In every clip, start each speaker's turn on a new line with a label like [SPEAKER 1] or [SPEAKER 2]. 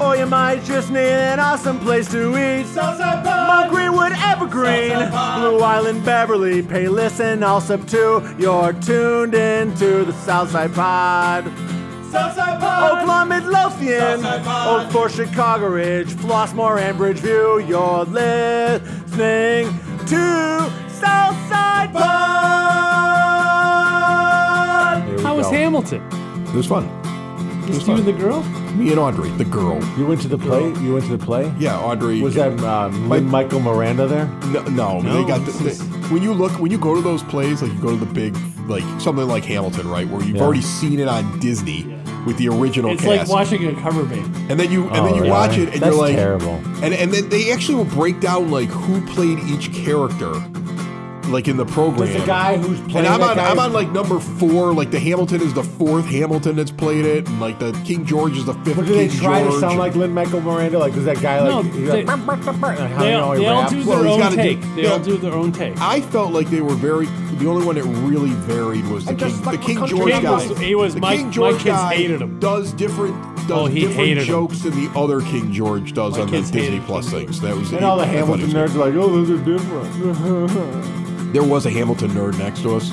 [SPEAKER 1] Or you might just need an awesome place to eat.
[SPEAKER 2] Southside
[SPEAKER 1] Mount
[SPEAKER 2] Pod!
[SPEAKER 1] Greenwood Evergreen,
[SPEAKER 2] Southside Pod.
[SPEAKER 1] Blue Island Beverly, Payless and also too. You're tuned in to the Southside Pod.
[SPEAKER 2] Southside Pod!
[SPEAKER 1] Oakland Midlothian,
[SPEAKER 2] Southside Pod.
[SPEAKER 1] Old Fort Chicago Ridge, Flossmore and Bridgeview. You're listening to Southside Pod.
[SPEAKER 3] There we
[SPEAKER 4] How was
[SPEAKER 3] go.
[SPEAKER 4] Hamilton?
[SPEAKER 3] It was fun.
[SPEAKER 4] Just you and the girl?
[SPEAKER 3] Me and Audrey, the girl.
[SPEAKER 1] You went to the play. You went to the play.
[SPEAKER 3] Yeah, Audrey.
[SPEAKER 1] Was that um,
[SPEAKER 3] Mike-
[SPEAKER 1] Michael Miranda there?
[SPEAKER 3] No, no,
[SPEAKER 4] No,
[SPEAKER 3] they got the,
[SPEAKER 4] this
[SPEAKER 3] they- when you look when you go to those plays, like you go to the big like something like Hamilton, right, where you've
[SPEAKER 1] Yeah.
[SPEAKER 3] already seen it on Disney
[SPEAKER 4] Yeah.
[SPEAKER 3] with the original
[SPEAKER 4] It's like
[SPEAKER 3] cast,
[SPEAKER 4] watching a cover band.
[SPEAKER 3] and then you and
[SPEAKER 1] Oh,
[SPEAKER 3] then you
[SPEAKER 1] really?
[SPEAKER 3] watch it and
[SPEAKER 1] That's
[SPEAKER 3] you're like,
[SPEAKER 1] terrible.
[SPEAKER 3] and and then they actually will break down like who played each character, like in the program.
[SPEAKER 4] There's a guy who's playing.
[SPEAKER 3] And I'm
[SPEAKER 4] that
[SPEAKER 3] on,
[SPEAKER 4] guy-
[SPEAKER 3] I'm on like number four. Like the Hamilton is the fourth Hamilton that's played it, and like the King George is the fifth.
[SPEAKER 1] But do they
[SPEAKER 3] King
[SPEAKER 1] try
[SPEAKER 3] George.
[SPEAKER 1] to sound like Lin Michael Miranda? Like, does that guy
[SPEAKER 4] No,
[SPEAKER 1] like? he's like,
[SPEAKER 4] they-
[SPEAKER 1] "Burp, burp, burp, burp," and how
[SPEAKER 4] They,
[SPEAKER 1] you know
[SPEAKER 4] all,
[SPEAKER 1] he
[SPEAKER 4] they all
[SPEAKER 1] raps?
[SPEAKER 4] do
[SPEAKER 3] Well,
[SPEAKER 4] their
[SPEAKER 3] he's
[SPEAKER 4] own
[SPEAKER 3] gotta do-
[SPEAKER 4] take. They all
[SPEAKER 3] yeah.
[SPEAKER 4] do their own take.
[SPEAKER 3] I felt like they were very. The only one that really varied was the
[SPEAKER 1] I just
[SPEAKER 3] King,
[SPEAKER 1] like
[SPEAKER 3] the
[SPEAKER 1] my
[SPEAKER 3] King
[SPEAKER 1] country.
[SPEAKER 3] George
[SPEAKER 4] King
[SPEAKER 3] guy.
[SPEAKER 4] was- he was-
[SPEAKER 3] the
[SPEAKER 4] my-
[SPEAKER 3] King
[SPEAKER 4] my
[SPEAKER 3] George
[SPEAKER 4] kids
[SPEAKER 3] guy
[SPEAKER 4] hated him.
[SPEAKER 3] Does different. Does
[SPEAKER 4] Oh, he hated
[SPEAKER 3] different
[SPEAKER 4] him.
[SPEAKER 3] jokes than the other King George does
[SPEAKER 4] My
[SPEAKER 3] on the
[SPEAKER 4] kids hated
[SPEAKER 3] Disney
[SPEAKER 4] him.
[SPEAKER 3] Plus things. That was
[SPEAKER 1] And all the
[SPEAKER 3] I thought it was
[SPEAKER 1] Hamilton
[SPEAKER 3] good.
[SPEAKER 1] nerds are like, oh, those are different.
[SPEAKER 3] There was a Hamilton nerd next to us.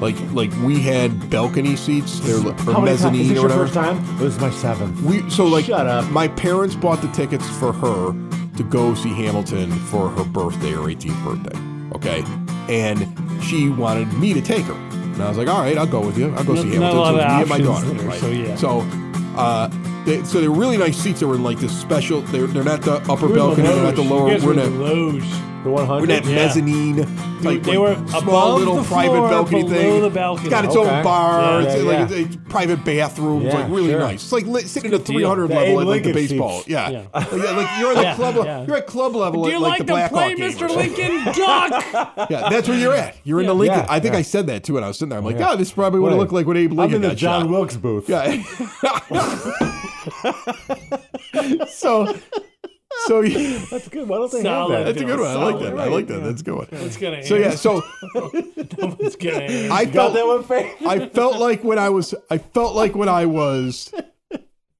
[SPEAKER 3] Like like we had balcony seats. They're like, or
[SPEAKER 1] How many times? Is
[SPEAKER 3] mezzanine
[SPEAKER 1] this
[SPEAKER 3] or
[SPEAKER 1] your
[SPEAKER 3] whatever.
[SPEAKER 1] first time? This is my seventh.
[SPEAKER 3] We so like
[SPEAKER 1] Shut up.
[SPEAKER 3] my parents bought the tickets for her to go see Hamilton for her birthday or 18th birthday. Okay, and she wanted me to take her, and I was like, "All right, I'll go with you. I'll go
[SPEAKER 4] Not-
[SPEAKER 3] see
[SPEAKER 4] not a lot
[SPEAKER 3] Hamilton." So it was me and
[SPEAKER 4] of
[SPEAKER 3] my
[SPEAKER 4] options
[SPEAKER 3] daughter.
[SPEAKER 4] there,
[SPEAKER 3] right?
[SPEAKER 4] so yeah.
[SPEAKER 3] So, uh, they, so they're really nice seats. They were in like this special. They're they're not the upper
[SPEAKER 4] We were in
[SPEAKER 3] balcony,
[SPEAKER 4] the
[SPEAKER 3] they're not the
[SPEAKER 4] loge.
[SPEAKER 3] lower.
[SPEAKER 4] You guys
[SPEAKER 3] We're in
[SPEAKER 4] were in
[SPEAKER 3] a
[SPEAKER 4] the loge.
[SPEAKER 1] The 100.
[SPEAKER 3] we're in that
[SPEAKER 4] Yeah.
[SPEAKER 3] mezzanine, type,
[SPEAKER 4] they
[SPEAKER 3] like,
[SPEAKER 4] were
[SPEAKER 3] small
[SPEAKER 4] above
[SPEAKER 3] little
[SPEAKER 4] the
[SPEAKER 3] private
[SPEAKER 4] floor,
[SPEAKER 3] balcony
[SPEAKER 4] below
[SPEAKER 3] thing.
[SPEAKER 4] the balcony.
[SPEAKER 3] It's got its
[SPEAKER 1] Okay.
[SPEAKER 3] own bar.
[SPEAKER 1] Yeah,
[SPEAKER 3] it's
[SPEAKER 1] yeah,
[SPEAKER 3] like it's- it's private bathrooms,
[SPEAKER 1] Yeah,
[SPEAKER 3] like really
[SPEAKER 1] sure.
[SPEAKER 3] nice. It's like li- sitting at
[SPEAKER 4] good deal.
[SPEAKER 3] 300
[SPEAKER 1] The
[SPEAKER 3] level
[SPEAKER 1] Abe
[SPEAKER 3] at like the
[SPEAKER 1] Lincoln seats.
[SPEAKER 3] baseball. Yeah,
[SPEAKER 4] Yeah.
[SPEAKER 3] Like, yeah, like you're at the
[SPEAKER 4] Yeah,
[SPEAKER 3] club. le-
[SPEAKER 4] yeah.
[SPEAKER 3] You're at club level.
[SPEAKER 4] Do
[SPEAKER 3] at,
[SPEAKER 4] you
[SPEAKER 3] like,
[SPEAKER 4] like,
[SPEAKER 3] the
[SPEAKER 4] to
[SPEAKER 3] Black
[SPEAKER 4] play
[SPEAKER 3] Hawk game or
[SPEAKER 4] Mr.
[SPEAKER 3] something.
[SPEAKER 4] Lincoln Duck?
[SPEAKER 3] Yeah, that's where you're at. You're in the
[SPEAKER 4] Yeah.
[SPEAKER 3] Lincoln.
[SPEAKER 1] Yeah,
[SPEAKER 3] I think
[SPEAKER 1] yeah.
[SPEAKER 3] I said that too, and I was sitting there. I'm like, oh, this is probably what it
[SPEAKER 1] Right.
[SPEAKER 3] looked like when Abe
[SPEAKER 1] I'm
[SPEAKER 3] Lincoln
[SPEAKER 1] in the
[SPEAKER 3] got
[SPEAKER 1] John
[SPEAKER 3] shot.
[SPEAKER 1] Wilkes booth.
[SPEAKER 3] Yeah. so, so yeah.
[SPEAKER 1] That's good. Why don't they
[SPEAKER 4] Solid.
[SPEAKER 1] have
[SPEAKER 3] That's
[SPEAKER 1] that?
[SPEAKER 3] a good one. I like that. I like that. That's a good one.
[SPEAKER 4] It's gonna
[SPEAKER 3] So
[SPEAKER 4] end.
[SPEAKER 3] yeah, so
[SPEAKER 4] It's gonna end.
[SPEAKER 3] I
[SPEAKER 1] Got
[SPEAKER 3] felt
[SPEAKER 1] that one, Faith?
[SPEAKER 3] I felt like when I was I felt like when I was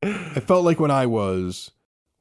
[SPEAKER 3] I felt like when I was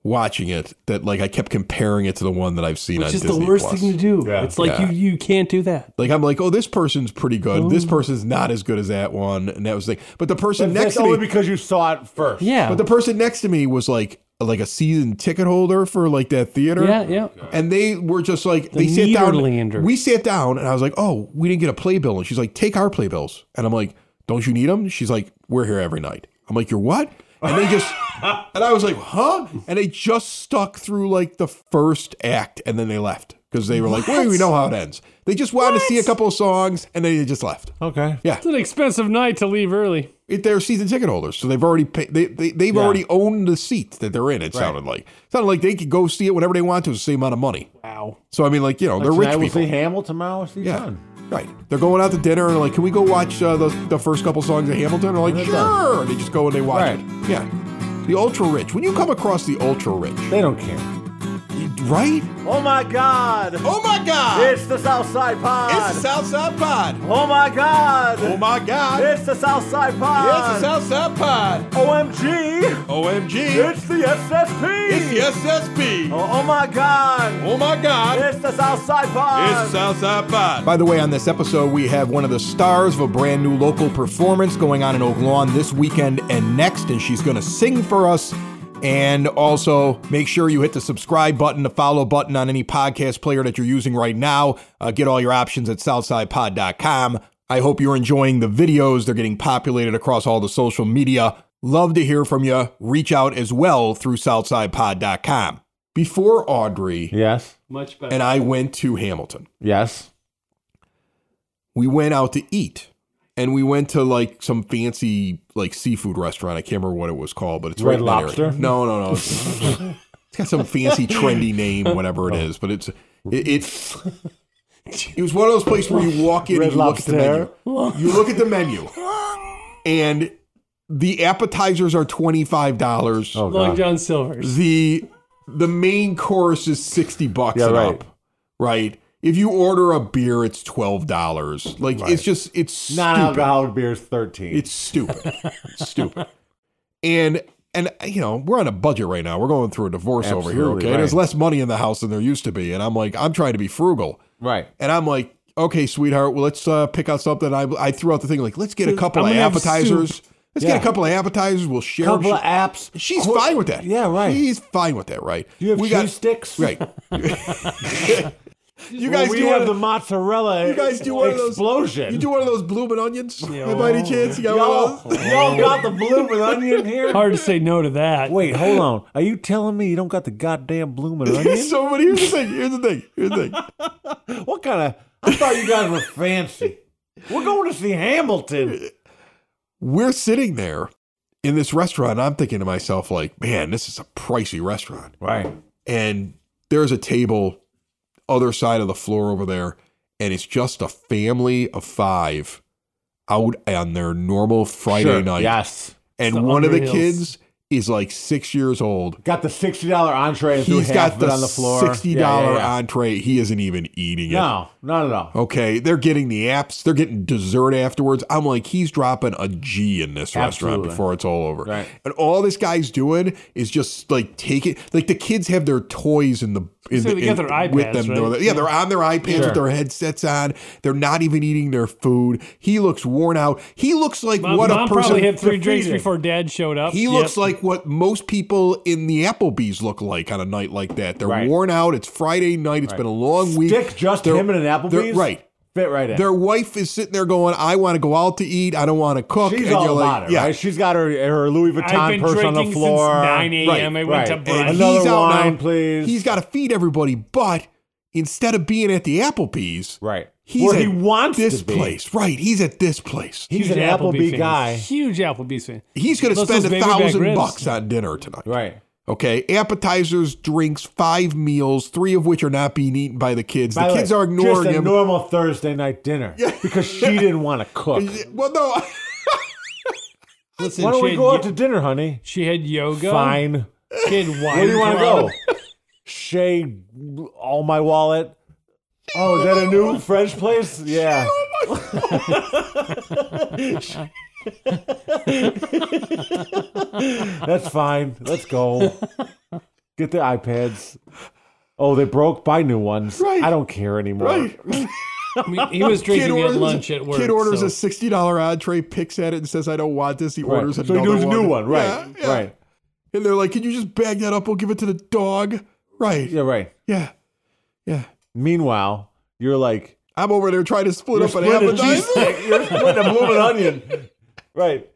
[SPEAKER 3] watching it that like I kept comparing it to the one that I've seen
[SPEAKER 4] Which
[SPEAKER 3] on
[SPEAKER 4] is
[SPEAKER 3] Disney
[SPEAKER 4] the worst
[SPEAKER 3] Plus.
[SPEAKER 4] thing to do.
[SPEAKER 1] Yeah.
[SPEAKER 4] It's like
[SPEAKER 3] Yeah.
[SPEAKER 4] you you can't do that.
[SPEAKER 3] Like I'm like, oh, this person's pretty good.
[SPEAKER 4] Oh.
[SPEAKER 3] This person's not as good as that one, and that was the thing. But the person next
[SPEAKER 1] That's
[SPEAKER 3] to me,
[SPEAKER 1] only because you saw it first.
[SPEAKER 4] Yeah.
[SPEAKER 3] but the person next to me was like like a season ticket holder for like that theater.
[SPEAKER 4] yeah, yeah.
[SPEAKER 3] And they were just like they sat
[SPEAKER 4] Nederlander.
[SPEAKER 3] down. We sat down, and I was like, "Oh, we didn't get a playbill." And she's like, "Take our playbills." And I'm like, "Don't you need them?" She's like, "We're here every night." I'm like, "You're what?" And they just and I was like, "Huh?" And they just stuck through like the first act, and then they left because they were like, "Wait, we know how it ends." They just wanted to see a couple of songs, and then they just left.
[SPEAKER 1] Okay.
[SPEAKER 4] It's an expensive night to leave early.
[SPEAKER 3] It, they're season ticket holders, so they've already paid. They, they they've already owned the seat that they're in. It sounded like it sounded like they could go see it whenever they want to. It's the same amount of money.
[SPEAKER 4] Wow.
[SPEAKER 3] So I mean, like you know, they're
[SPEAKER 1] Tonight
[SPEAKER 3] rich
[SPEAKER 1] we'll
[SPEAKER 3] people.
[SPEAKER 1] see Hamill tomorrow. See
[SPEAKER 3] Yeah.
[SPEAKER 1] John.
[SPEAKER 3] Right. They're going out to dinner and like, can we go watch uh, the, the first couple songs of Hamilton? They're like,
[SPEAKER 1] They're
[SPEAKER 3] sure.
[SPEAKER 1] done.
[SPEAKER 3] And they just go and they watch
[SPEAKER 1] Right.
[SPEAKER 3] it. Yeah. The ultra rich. When you come across the ultra rich,
[SPEAKER 1] They don't care.
[SPEAKER 3] you- right?
[SPEAKER 1] Oh my God!
[SPEAKER 3] Oh my God!
[SPEAKER 1] It's the Southside Pod.
[SPEAKER 3] Southside Pod. Oh
[SPEAKER 1] oh my God!
[SPEAKER 3] my God!
[SPEAKER 1] It's the Southside Pod.
[SPEAKER 3] Southside Pod.
[SPEAKER 1] OMG!
[SPEAKER 3] OMG!
[SPEAKER 1] It's the SSP.
[SPEAKER 3] SSP.
[SPEAKER 1] oh, oh my God!
[SPEAKER 3] Oh my God!
[SPEAKER 1] It's the Southside Pod.
[SPEAKER 3] Southside Pod. By the way, on this episode, we have one of the stars of a brand new local performance going on in Oak Lawn this weekend and next, and she's going to sing for us. And also, make sure you hit the subscribe button, the follow button on any podcast player that you're using right now. Uh, get all your options at southsidepod.com. I hope you're enjoying the videos. They're getting populated across all the social media. Love to hear from you. Reach out as well through southsidepod.com. Before Audrey
[SPEAKER 1] yes.
[SPEAKER 4] Much better.
[SPEAKER 3] and I went to Hamilton
[SPEAKER 1] Yes.
[SPEAKER 3] we went out to eat and we went to like some fancy like seafood restaurant. I can't remember what it was called, but it's
[SPEAKER 1] Red
[SPEAKER 3] right in that area.
[SPEAKER 1] Lobster?
[SPEAKER 3] No, no, no. It's, It's got some fancy, trendy name, whatever it is, but it's it. it it was one of those places where you walk in
[SPEAKER 1] Red
[SPEAKER 3] and you look at the menu.
[SPEAKER 1] Lobster.
[SPEAKER 3] You look at the menu, and the appetizers are twenty five dollars.
[SPEAKER 1] Oh,
[SPEAKER 4] Long
[SPEAKER 1] God.
[SPEAKER 4] John Silver's.
[SPEAKER 3] The the main course is sixty bucks
[SPEAKER 1] Yeah,
[SPEAKER 3] and
[SPEAKER 1] right.
[SPEAKER 3] up, right? If you order a beer, it's twelve dollars. Like it's just it's
[SPEAKER 1] Non
[SPEAKER 3] stupid.
[SPEAKER 1] alcoholic beer is 13.
[SPEAKER 3] It's stupid. It's stupid. And and you know, we're on a budget right now. We're going through a divorce over here,
[SPEAKER 1] Absolutely,
[SPEAKER 3] okay? There's
[SPEAKER 1] right.
[SPEAKER 3] less money in the house than there used to be, and I'm like, I'm trying to be frugal.
[SPEAKER 1] right.
[SPEAKER 3] And I'm like, okay, sweetheart, well, let's uh, pick out something. I I threw out the thing like, let's get a couple
[SPEAKER 4] I'm
[SPEAKER 3] of
[SPEAKER 4] gonna have
[SPEAKER 3] appetizers. Let's
[SPEAKER 1] Yeah.
[SPEAKER 3] get a couple of appetizers. We'll share. 'em.
[SPEAKER 1] Couple of
[SPEAKER 3] She-
[SPEAKER 1] apps.
[SPEAKER 3] She's
[SPEAKER 1] Qu-
[SPEAKER 3] fine with that.
[SPEAKER 1] Yeah, right.
[SPEAKER 3] She's fine with that, right?
[SPEAKER 1] Do you have
[SPEAKER 3] we
[SPEAKER 1] cheese
[SPEAKER 3] got
[SPEAKER 1] sticks?
[SPEAKER 3] right. you guys
[SPEAKER 1] Well, we
[SPEAKER 3] do
[SPEAKER 1] have
[SPEAKER 3] one
[SPEAKER 1] the
[SPEAKER 3] of-
[SPEAKER 1] mozzarella.
[SPEAKER 3] you guys do one of those
[SPEAKER 1] explosion.
[SPEAKER 3] You do one of those blooming onions? By any chance, you got one of
[SPEAKER 1] y'all,
[SPEAKER 3] those?
[SPEAKER 1] y'all got the blooming onion here.
[SPEAKER 4] Hard to say no to that.
[SPEAKER 1] Wait, hold on. Are you telling me you don't got the goddamn blooming onion?
[SPEAKER 3] so, but here's the thing. Here's the thing. Here's the thing.
[SPEAKER 1] what kind of? I thought you guys were fancy. We're going to see Hamilton.
[SPEAKER 3] We're sitting there in this restaurant. And I'm thinking to myself, like, man, this is a pricey restaurant.
[SPEAKER 1] Right.
[SPEAKER 3] And there's a table, other side of the floor over there, and it's just a family of five out on their normal Friday
[SPEAKER 1] Sure.
[SPEAKER 3] night.
[SPEAKER 1] Yes.
[SPEAKER 3] And
[SPEAKER 4] the
[SPEAKER 3] one of the
[SPEAKER 4] Hungry Hills.
[SPEAKER 3] kids is like six years old.
[SPEAKER 1] Got the sixty dollar entree and threw
[SPEAKER 3] He's
[SPEAKER 1] half
[SPEAKER 3] got
[SPEAKER 1] of it
[SPEAKER 3] the,
[SPEAKER 1] on the floor.
[SPEAKER 3] sixty dollar
[SPEAKER 1] Yeah, yeah, yeah.
[SPEAKER 3] entree. He isn't even eating it.
[SPEAKER 1] No, not at all.
[SPEAKER 3] Okay, they're getting the apps, they're getting dessert afterwards. I'm like, he's dropping a G in this restaurant
[SPEAKER 1] Absolutely.
[SPEAKER 3] before it's all over.
[SPEAKER 1] Right.
[SPEAKER 3] And all this guy's doing is just like taking like the kids have their toys in the in
[SPEAKER 4] So
[SPEAKER 3] the
[SPEAKER 4] they got
[SPEAKER 3] in-
[SPEAKER 4] their
[SPEAKER 3] with
[SPEAKER 4] iPads,
[SPEAKER 3] them.
[SPEAKER 4] right?
[SPEAKER 3] Yeah, they're on their iPads
[SPEAKER 1] Sure.
[SPEAKER 3] with their headsets on. They're not even eating their food. He looks worn out. He looks like
[SPEAKER 4] Mom,
[SPEAKER 3] what
[SPEAKER 4] Mom
[SPEAKER 3] a person
[SPEAKER 4] probably had three drinks
[SPEAKER 1] defeated.
[SPEAKER 4] before Dad showed up.
[SPEAKER 3] he looks like what most people in the Applebee's look like on a night like that. They're
[SPEAKER 1] Right.
[SPEAKER 3] worn out. It's Friday night. It's been a long week.
[SPEAKER 1] Dick, just
[SPEAKER 3] They're-
[SPEAKER 1] him and an Applebee's.
[SPEAKER 3] they're- Right.
[SPEAKER 1] Fit right in.
[SPEAKER 3] Their wife is sitting there going, "I want to go out to eat. I don't want to cook."
[SPEAKER 1] She's
[SPEAKER 3] And
[SPEAKER 1] all
[SPEAKER 3] you're
[SPEAKER 1] about
[SPEAKER 3] like,
[SPEAKER 1] it, right? She's got her, her Louis
[SPEAKER 4] I've
[SPEAKER 1] Vuitton
[SPEAKER 4] been
[SPEAKER 1] purse on
[SPEAKER 4] drinking
[SPEAKER 1] the floor.
[SPEAKER 4] since 9 a.m. I
[SPEAKER 1] Right,
[SPEAKER 4] went
[SPEAKER 1] right.
[SPEAKER 4] to
[SPEAKER 1] And
[SPEAKER 4] brunch.
[SPEAKER 3] he's
[SPEAKER 1] Another
[SPEAKER 3] out now.
[SPEAKER 1] wine, please.
[SPEAKER 3] He's got to feed everybody, but instead of being at the Applebee's,
[SPEAKER 1] Right.
[SPEAKER 3] he's
[SPEAKER 1] Where
[SPEAKER 3] at
[SPEAKER 1] he wants
[SPEAKER 3] this
[SPEAKER 1] to be.
[SPEAKER 3] place. Right, he's at this place.
[SPEAKER 1] He's
[SPEAKER 4] Huge
[SPEAKER 1] an Applebee
[SPEAKER 4] fan.
[SPEAKER 1] guy.
[SPEAKER 4] Huge Applebee's fan.
[SPEAKER 3] He's going to
[SPEAKER 4] Those- those
[SPEAKER 3] spend a
[SPEAKER 4] baby back
[SPEAKER 3] thousand
[SPEAKER 4] ribs.
[SPEAKER 3] bucks on dinner tonight.
[SPEAKER 1] Right.
[SPEAKER 3] Okay, appetizers, drinks, five meals, three of which are not being eaten by the kids.
[SPEAKER 1] By
[SPEAKER 3] the
[SPEAKER 1] way,
[SPEAKER 3] kids are ignoring
[SPEAKER 1] just a
[SPEAKER 3] him.
[SPEAKER 1] normal Thursday night dinner because she didn't want to cook.
[SPEAKER 3] well, no,
[SPEAKER 4] Listen,
[SPEAKER 1] Why don't
[SPEAKER 4] she
[SPEAKER 1] we
[SPEAKER 4] had
[SPEAKER 1] go
[SPEAKER 4] yo-
[SPEAKER 1] out to dinner, honey?
[SPEAKER 4] She had yoga.
[SPEAKER 1] Fine.
[SPEAKER 4] She had wine.
[SPEAKER 1] Where do you want to
[SPEAKER 4] club.
[SPEAKER 1] go? Shay, all my wallet. Oh, is that a new French place? Yeah. That's fine. Let's go. Get the iPads. Oh, they broke. Buy new ones.
[SPEAKER 3] Right.
[SPEAKER 1] I don't care anymore.
[SPEAKER 3] right.
[SPEAKER 4] I mean, he was
[SPEAKER 3] Kid
[SPEAKER 4] drinking
[SPEAKER 3] orders,
[SPEAKER 4] at lunch at work.
[SPEAKER 3] Kid orders
[SPEAKER 4] so.
[SPEAKER 3] a sixty dollar entree, picks at it, and says, "I don't want this." He
[SPEAKER 1] Right.
[SPEAKER 3] orders
[SPEAKER 1] So
[SPEAKER 3] another
[SPEAKER 1] he does a
[SPEAKER 3] one.
[SPEAKER 1] new one. Right.
[SPEAKER 3] Yeah, yeah.
[SPEAKER 1] Right.
[SPEAKER 3] And they're like, "Can you just bag that up? We'll give it to the dog." Right.
[SPEAKER 1] Yeah, right.
[SPEAKER 3] Yeah. Yeah.
[SPEAKER 1] Meanwhile, you're like,
[SPEAKER 3] I'm over there trying to split
[SPEAKER 1] you're
[SPEAKER 3] up an
[SPEAKER 1] splitting a cheese
[SPEAKER 3] appetizer.
[SPEAKER 1] stick. You're splitting a blooming onion. Right.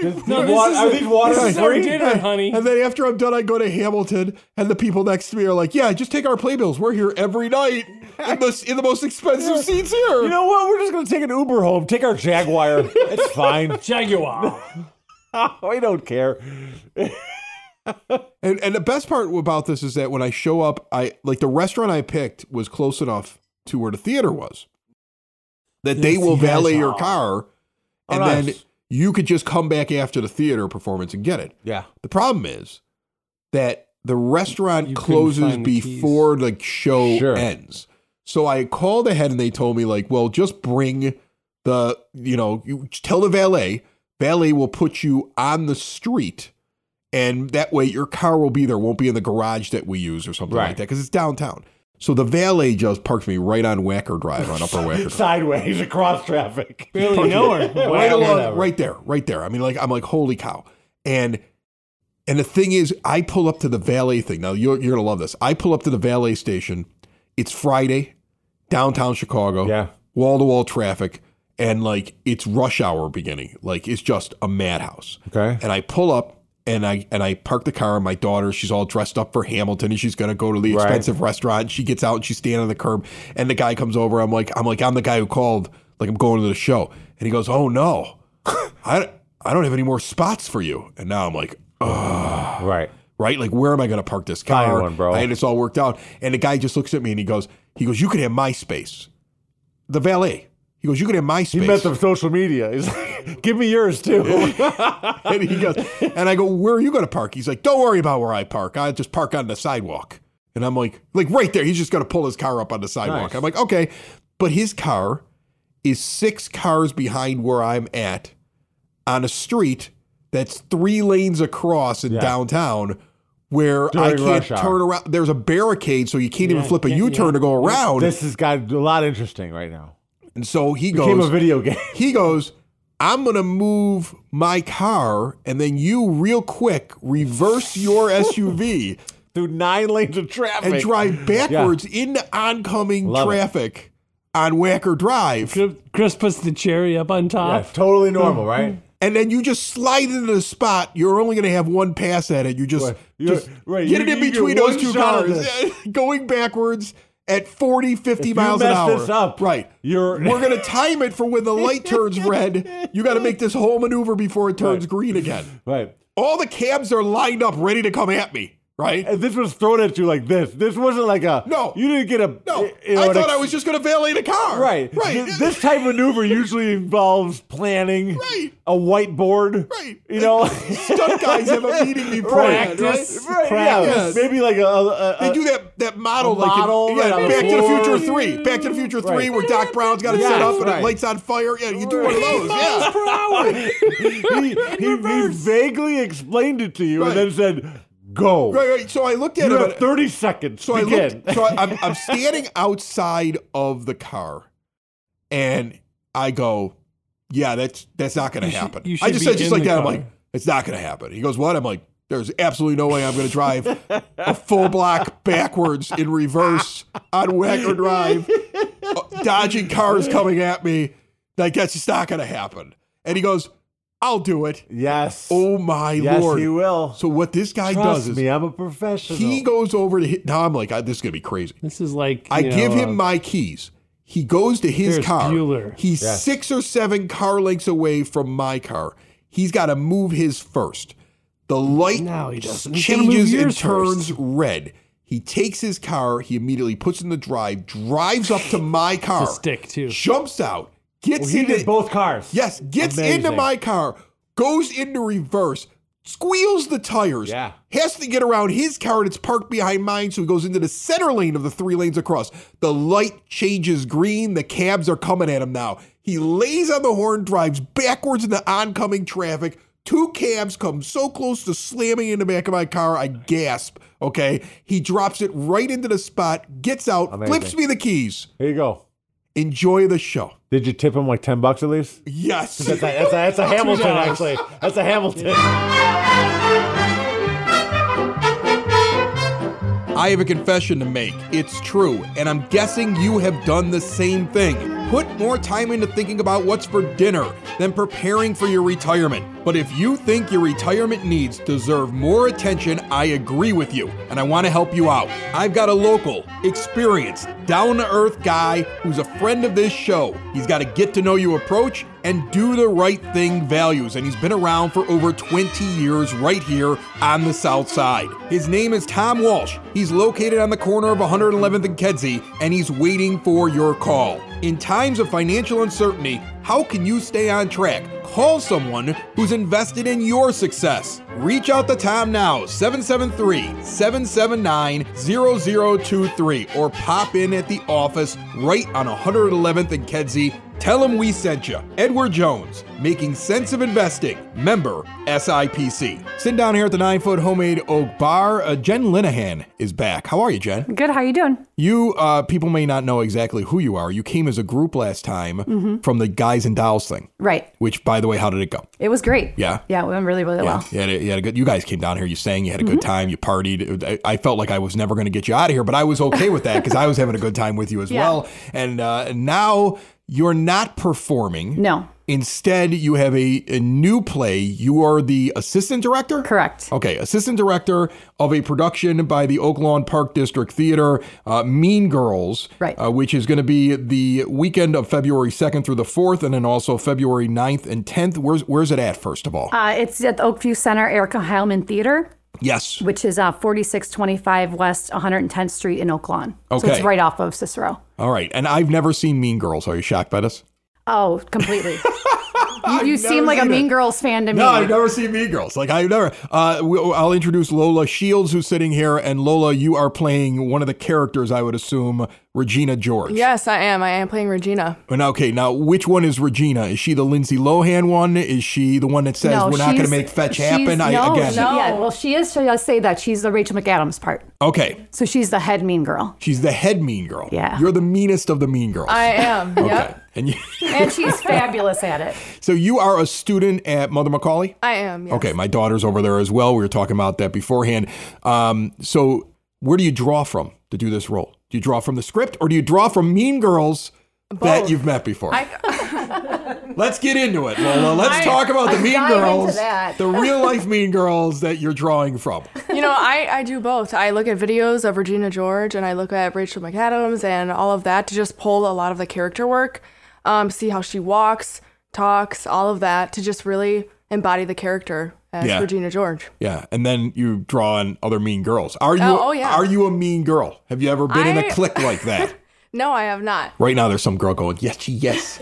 [SPEAKER 1] Does-
[SPEAKER 4] this
[SPEAKER 1] wa-
[SPEAKER 4] is
[SPEAKER 1] are
[SPEAKER 4] a-
[SPEAKER 1] these waters
[SPEAKER 4] this is our
[SPEAKER 1] free?
[SPEAKER 4] dinner, honey.
[SPEAKER 3] And then after I'm done, I go to Hamilton, and the people next to me are like, "Yeah, just take our playbills. We're here every night in the in the most expensive seats here."
[SPEAKER 1] You know what? We're just gonna take an Uber home. Take our Jaguar. it's fine.
[SPEAKER 4] Jaguar.
[SPEAKER 1] we don't care.
[SPEAKER 3] And and the best part about this is that when I show up, I like the restaurant I picked was close enough to where the theater was that they will valet your car, and then
[SPEAKER 1] nice.
[SPEAKER 3] you could just come back after the theater performance and get it.
[SPEAKER 1] Yeah.
[SPEAKER 3] The problem is that the restaurant
[SPEAKER 4] You couldn't
[SPEAKER 3] closes
[SPEAKER 4] find the keys.
[SPEAKER 3] before the show
[SPEAKER 1] Sure.
[SPEAKER 3] ends. So I called ahead and they told me like, well, just bring the, you know, you tell the valet, valet will put you on the street and that way your car will be there, won't be in the garage that we use or something like
[SPEAKER 1] Right.
[SPEAKER 3] that cuz it's downtown. So the valet just parked me right on Wacker Drive on Upper Wacker Drive.
[SPEAKER 1] Sideways across traffic.
[SPEAKER 4] Barely know her.
[SPEAKER 3] Right
[SPEAKER 4] Wow.
[SPEAKER 3] along,
[SPEAKER 1] whatever.
[SPEAKER 3] right there, right there. I mean like I'm like holy cow. And And the thing is, I pull up to the valet thing. Now you're, you're gonna love this. I pull up to the valet station. It's Friday, downtown Chicago.
[SPEAKER 1] Yeah.
[SPEAKER 3] Wall to wall traffic, and like it's rush hour beginning. Like it's just a madhouse.
[SPEAKER 1] Okay.
[SPEAKER 3] And I pull up and I and I park the car. And my daughter, she's all dressed up for Hamilton, and she's gonna go to the
[SPEAKER 1] Right.
[SPEAKER 3] expensive restaurant. She gets out and she's standing on the curb. And the guy comes over. I'm like, I'm like, I'm the guy who called. Like I'm going to the show. And he goes, Oh no, I I don't have any more spots for you. And now I'm like,
[SPEAKER 1] Right.
[SPEAKER 3] right? Like, where am I going to park this car?
[SPEAKER 1] one, bro.
[SPEAKER 3] I had this all worked out. And the guy just looks at me and he goes, he goes, you could have my space. The valet. He goes, you could have my space.
[SPEAKER 1] He met the social media. He's like, give me yours too.
[SPEAKER 3] and he goes, and I go, where are you going to park? He's like, don't worry about where I park. I just park on the sidewalk. And I'm like, like right there. He's just going to pull his car up on the sidewalk.
[SPEAKER 1] Nice.
[SPEAKER 3] I'm like, okay. But his car is six cars behind where I'm at on a street that's three lanes across in downtown where I
[SPEAKER 1] During rush
[SPEAKER 3] can't
[SPEAKER 1] hour.
[SPEAKER 3] turn around. There's a barricade, so you can't even flip a
[SPEAKER 4] yeah,
[SPEAKER 3] U turn
[SPEAKER 4] yeah.
[SPEAKER 3] to go around.
[SPEAKER 1] this has got a lot interesting right now.
[SPEAKER 3] and so he
[SPEAKER 1] Became
[SPEAKER 3] goes,
[SPEAKER 1] a video game.
[SPEAKER 3] he goes, I'm gonna move my car, and then you real quick reverse your SUV
[SPEAKER 1] Through nine lanes of traffic.
[SPEAKER 3] and drive backwards into oncoming
[SPEAKER 1] Love it.
[SPEAKER 3] traffic on Whacker Drive,
[SPEAKER 4] Chris puts the cherry up on
[SPEAKER 1] Yeah,
[SPEAKER 4] top.
[SPEAKER 1] totally normal, right?
[SPEAKER 3] and then you just slide into the spot. You're only gonna have one pass at it. You just,
[SPEAKER 1] Right. You're-
[SPEAKER 3] just
[SPEAKER 1] right, you-
[SPEAKER 3] get it in
[SPEAKER 1] you get
[SPEAKER 3] between
[SPEAKER 1] one
[SPEAKER 3] those two
[SPEAKER 1] shot at
[SPEAKER 3] cars, going backwards. At 40, 50
[SPEAKER 1] If you
[SPEAKER 3] miles an
[SPEAKER 1] mess
[SPEAKER 3] hour.
[SPEAKER 1] this up,
[SPEAKER 3] right.
[SPEAKER 1] you're-
[SPEAKER 3] We're going to time it for when the light turns red. You got to make this whole maneuver before it turns
[SPEAKER 1] Right.
[SPEAKER 3] green again.
[SPEAKER 1] Right.
[SPEAKER 3] all the cabs are lined up ready to come at me, right?
[SPEAKER 1] And this was thrown at you like this. This wasn't like a
[SPEAKER 3] No.
[SPEAKER 1] You didn't get a
[SPEAKER 3] No,
[SPEAKER 1] you know,
[SPEAKER 3] I
[SPEAKER 1] an
[SPEAKER 3] thought
[SPEAKER 1] ex-
[SPEAKER 3] I was just going to valet the car.
[SPEAKER 1] right.
[SPEAKER 3] right,
[SPEAKER 1] Th- this type of maneuver usually involves planning,
[SPEAKER 3] Right.
[SPEAKER 1] a whiteboard,
[SPEAKER 3] Right.
[SPEAKER 1] You know,
[SPEAKER 3] stunt guys have a meeting beforehand.
[SPEAKER 4] Practice.
[SPEAKER 3] Right?
[SPEAKER 1] right? Yeah,
[SPEAKER 3] Yes.
[SPEAKER 1] maybe like a, a, a
[SPEAKER 3] They do that that model,
[SPEAKER 1] A
[SPEAKER 3] like in-
[SPEAKER 1] model,
[SPEAKER 3] yeah,
[SPEAKER 1] right, on
[SPEAKER 3] Back to the
[SPEAKER 1] board.
[SPEAKER 3] Future Three, Back to the Future Three,
[SPEAKER 1] Right.
[SPEAKER 3] where Doc Brown's got to
[SPEAKER 1] Yes,
[SPEAKER 3] set up and
[SPEAKER 1] right.
[SPEAKER 3] it lights on fire. Yeah, you do one of those. Yeah,
[SPEAKER 1] he, he, he vaguely explained it to you
[SPEAKER 3] Right.
[SPEAKER 1] and then said, "Go."
[SPEAKER 3] right, right. So I looked at
[SPEAKER 1] You
[SPEAKER 3] him.
[SPEAKER 1] have
[SPEAKER 3] and-
[SPEAKER 1] 30 seconds.
[SPEAKER 3] So I
[SPEAKER 1] Begin.
[SPEAKER 3] looked, so I, I'm, I'm standing outside of the car, and I go, "Yeah, that's that's not going to
[SPEAKER 4] should-
[SPEAKER 3] happen."
[SPEAKER 4] you
[SPEAKER 3] I
[SPEAKER 4] should
[SPEAKER 3] just
[SPEAKER 4] be
[SPEAKER 3] said just
[SPEAKER 4] in
[SPEAKER 3] like
[SPEAKER 4] the
[SPEAKER 3] that. I'm
[SPEAKER 4] car.
[SPEAKER 3] like, "It's not going to happen." He goes, "What?" I'm like, "There's absolutely no way I'm going to drive a full block backwards in reverse on Wacker Drive, uh, dodging cars coming at me. Like that's just not going to happen." And he goes, "I'll do it."
[SPEAKER 1] Yes.
[SPEAKER 3] Oh my
[SPEAKER 1] yes,
[SPEAKER 3] lord!
[SPEAKER 1] he will.
[SPEAKER 3] So what this guy
[SPEAKER 1] Trust
[SPEAKER 3] does is
[SPEAKER 1] me, I'm a professional.
[SPEAKER 3] he goes over to hit. Now I'm like, I, this is going to be crazy.
[SPEAKER 4] This is like
[SPEAKER 3] I
[SPEAKER 4] you know,
[SPEAKER 3] give
[SPEAKER 4] uh,
[SPEAKER 3] him my keys. He goes to his
[SPEAKER 4] Ferris
[SPEAKER 3] car.
[SPEAKER 4] Bueller.
[SPEAKER 3] He's
[SPEAKER 1] Yes.
[SPEAKER 3] six or seven car lengths away from my car. He's got to move his first. The light
[SPEAKER 4] No, he doesn't. He's gotta move
[SPEAKER 3] changes and
[SPEAKER 4] yours
[SPEAKER 3] turns red. He takes his car. He immediately puts it in the drive, drives up to my car,
[SPEAKER 4] stick, too.
[SPEAKER 3] jumps out, gets
[SPEAKER 1] Well, he
[SPEAKER 3] into
[SPEAKER 1] did both cars.
[SPEAKER 3] Yes, gets into
[SPEAKER 1] Amazing.
[SPEAKER 3] my car, goes into reverse, squeals the tires.
[SPEAKER 1] Yeah.
[SPEAKER 3] Has to get around his car and it's parked behind mine, so he goes into the center lane of the three lanes across. The light changes green. The cabs are coming at him now. He lays on the horn, drives backwards into oncoming traffic. Two cabs come so close to slamming in the back of my car, I gasp. Okay. He drops it right into the spot, gets out,
[SPEAKER 1] Amazing.
[SPEAKER 3] flips me the keys.
[SPEAKER 1] Here you go.
[SPEAKER 3] Enjoy the show.
[SPEAKER 1] Did you tip him like 10 bucks at least?
[SPEAKER 3] Yes.
[SPEAKER 1] That's a, that's a, that's a Hamilton,
[SPEAKER 4] dollars.
[SPEAKER 1] actually. That's a Hamilton.
[SPEAKER 3] I have a confession to make. It's true, and I'm guessing you have done the same thing. Put more time into thinking about what's for dinner than preparing for your retirement. But if you think your retirement needs deserve more attention, I agree with you, and I want to help you out. I've got a local, experienced, down to earth guy who's a friend of this show. He's got a get to know you approach and do the right thing values, and he's been around for over 20 years right here on the South Side. His name is Tom Walsh. He's located on the corner of 111th and Kedzie, and he's waiting for your call. In times of financial uncertainty, how can you stay on track? Call someone who's invested in your success. Reach out to Tom now, 773 779 0023, or pop in at the office right on 111th and Kedzie Tell them we sent you. Edward Jones, making sense of investing. Member SIPC. Sitting down here at the nine foot homemade oak bar, uh, Jen Linehan is back. How are you, Jen?
[SPEAKER 5] Good. How you doing?
[SPEAKER 3] You uh, people may not know exactly who you are. You came as a group last time from the Guys and Dolls thing.
[SPEAKER 5] Mm-hmm. Right.
[SPEAKER 3] Which, by the way, how did it go?
[SPEAKER 5] It was great.
[SPEAKER 3] Yeah.
[SPEAKER 5] Yeah, it went really, really well. Mm-hmm.
[SPEAKER 3] You, had a, you had a good. You guys came down here. You sang. You had a good time. You partied. I, I felt like I was never going to get you out of here, but I was okay with that because I was having a good time with you as
[SPEAKER 5] Yeah.
[SPEAKER 3] well. And uh, now you're not performing.
[SPEAKER 5] No.
[SPEAKER 3] Instead, you have a, a new play. You are the assistant director.
[SPEAKER 5] Correct.
[SPEAKER 3] Okay, assistant director of a production by the Oak Lawn Park District Theater, uh, Mean Girls,
[SPEAKER 5] Right.
[SPEAKER 3] uh, which is going to be the weekend of February 2nd through the 4th, and then also February 9th and 10th. Where's, where's it at, first of all?
[SPEAKER 5] Uh, it's at the Oakview Center, Erica Heilman Theater.
[SPEAKER 3] Yes.
[SPEAKER 5] which is uh, 4625 West 110th Street in Oak Lawn. So
[SPEAKER 3] Okay.
[SPEAKER 5] it's right off of Cicero.
[SPEAKER 3] All right. And I've never seen Mean Girls. Are you shocked by this?
[SPEAKER 5] Oh, completely. you
[SPEAKER 3] never
[SPEAKER 5] you seem like a
[SPEAKER 3] seen
[SPEAKER 5] Mean
[SPEAKER 3] it.
[SPEAKER 5] Girls fan to me.
[SPEAKER 3] No, I've never seen Mean Girls. Like I've never. Uh, we- I'll introduce Lola Shields, who's sitting here, and Lola, you are playing one of the characters. I would assume Regina George.
[SPEAKER 6] Yes, I am. I am playing Regina.
[SPEAKER 3] And okay, now which one is Regina? Is she the Lindsay Lohan one? Is she the one that says we're not going to
[SPEAKER 5] she's-
[SPEAKER 3] make fetch
[SPEAKER 5] she's-
[SPEAKER 3] happen? I
[SPEAKER 5] no,
[SPEAKER 3] again.
[SPEAKER 5] she- yeah, well, she is. Should I say that she's the Rachel McAdams part?
[SPEAKER 3] Okay,
[SPEAKER 5] So she's the head mean girl.
[SPEAKER 3] she's the head mean girl.
[SPEAKER 5] Yeah.
[SPEAKER 3] you're the meanest of the mean girls.
[SPEAKER 6] I am.
[SPEAKER 3] okay,
[SPEAKER 6] Yep.
[SPEAKER 3] and you,
[SPEAKER 5] And she's fabulous at it.
[SPEAKER 3] so you are a student at Mother Macaulay.
[SPEAKER 6] I am. Yes.
[SPEAKER 3] Okay, my daughter's over there as well. We were talking about that beforehand. Um, so, where do you draw from to do this role? Do you draw from the script or do you draw from Mean Girls that
[SPEAKER 6] Both.
[SPEAKER 3] you've met before? Let's get into it, Lola. Let's talk about the Mean
[SPEAKER 5] dive into
[SPEAKER 3] Girls,
[SPEAKER 5] that.
[SPEAKER 3] the real life Mean Girls that you're drawing from.
[SPEAKER 6] You know, I, I do both. I look at videos of Regina George and I look at Rachel McAdams and all of that to just pull a lot of the character work, um, see how she walks, talks, all of that to just really embody the character as
[SPEAKER 3] Yeah.
[SPEAKER 6] Regina George.
[SPEAKER 3] Yeah, and then you draw on other Mean Girls. Are you?
[SPEAKER 6] Oh, oh, yeah.
[SPEAKER 3] Are you a Mean Girl? Have you ever been in a
[SPEAKER 6] I-
[SPEAKER 3] clique like that?
[SPEAKER 6] No, I have not.
[SPEAKER 3] Right now, there's some girl going, yes, she- yes.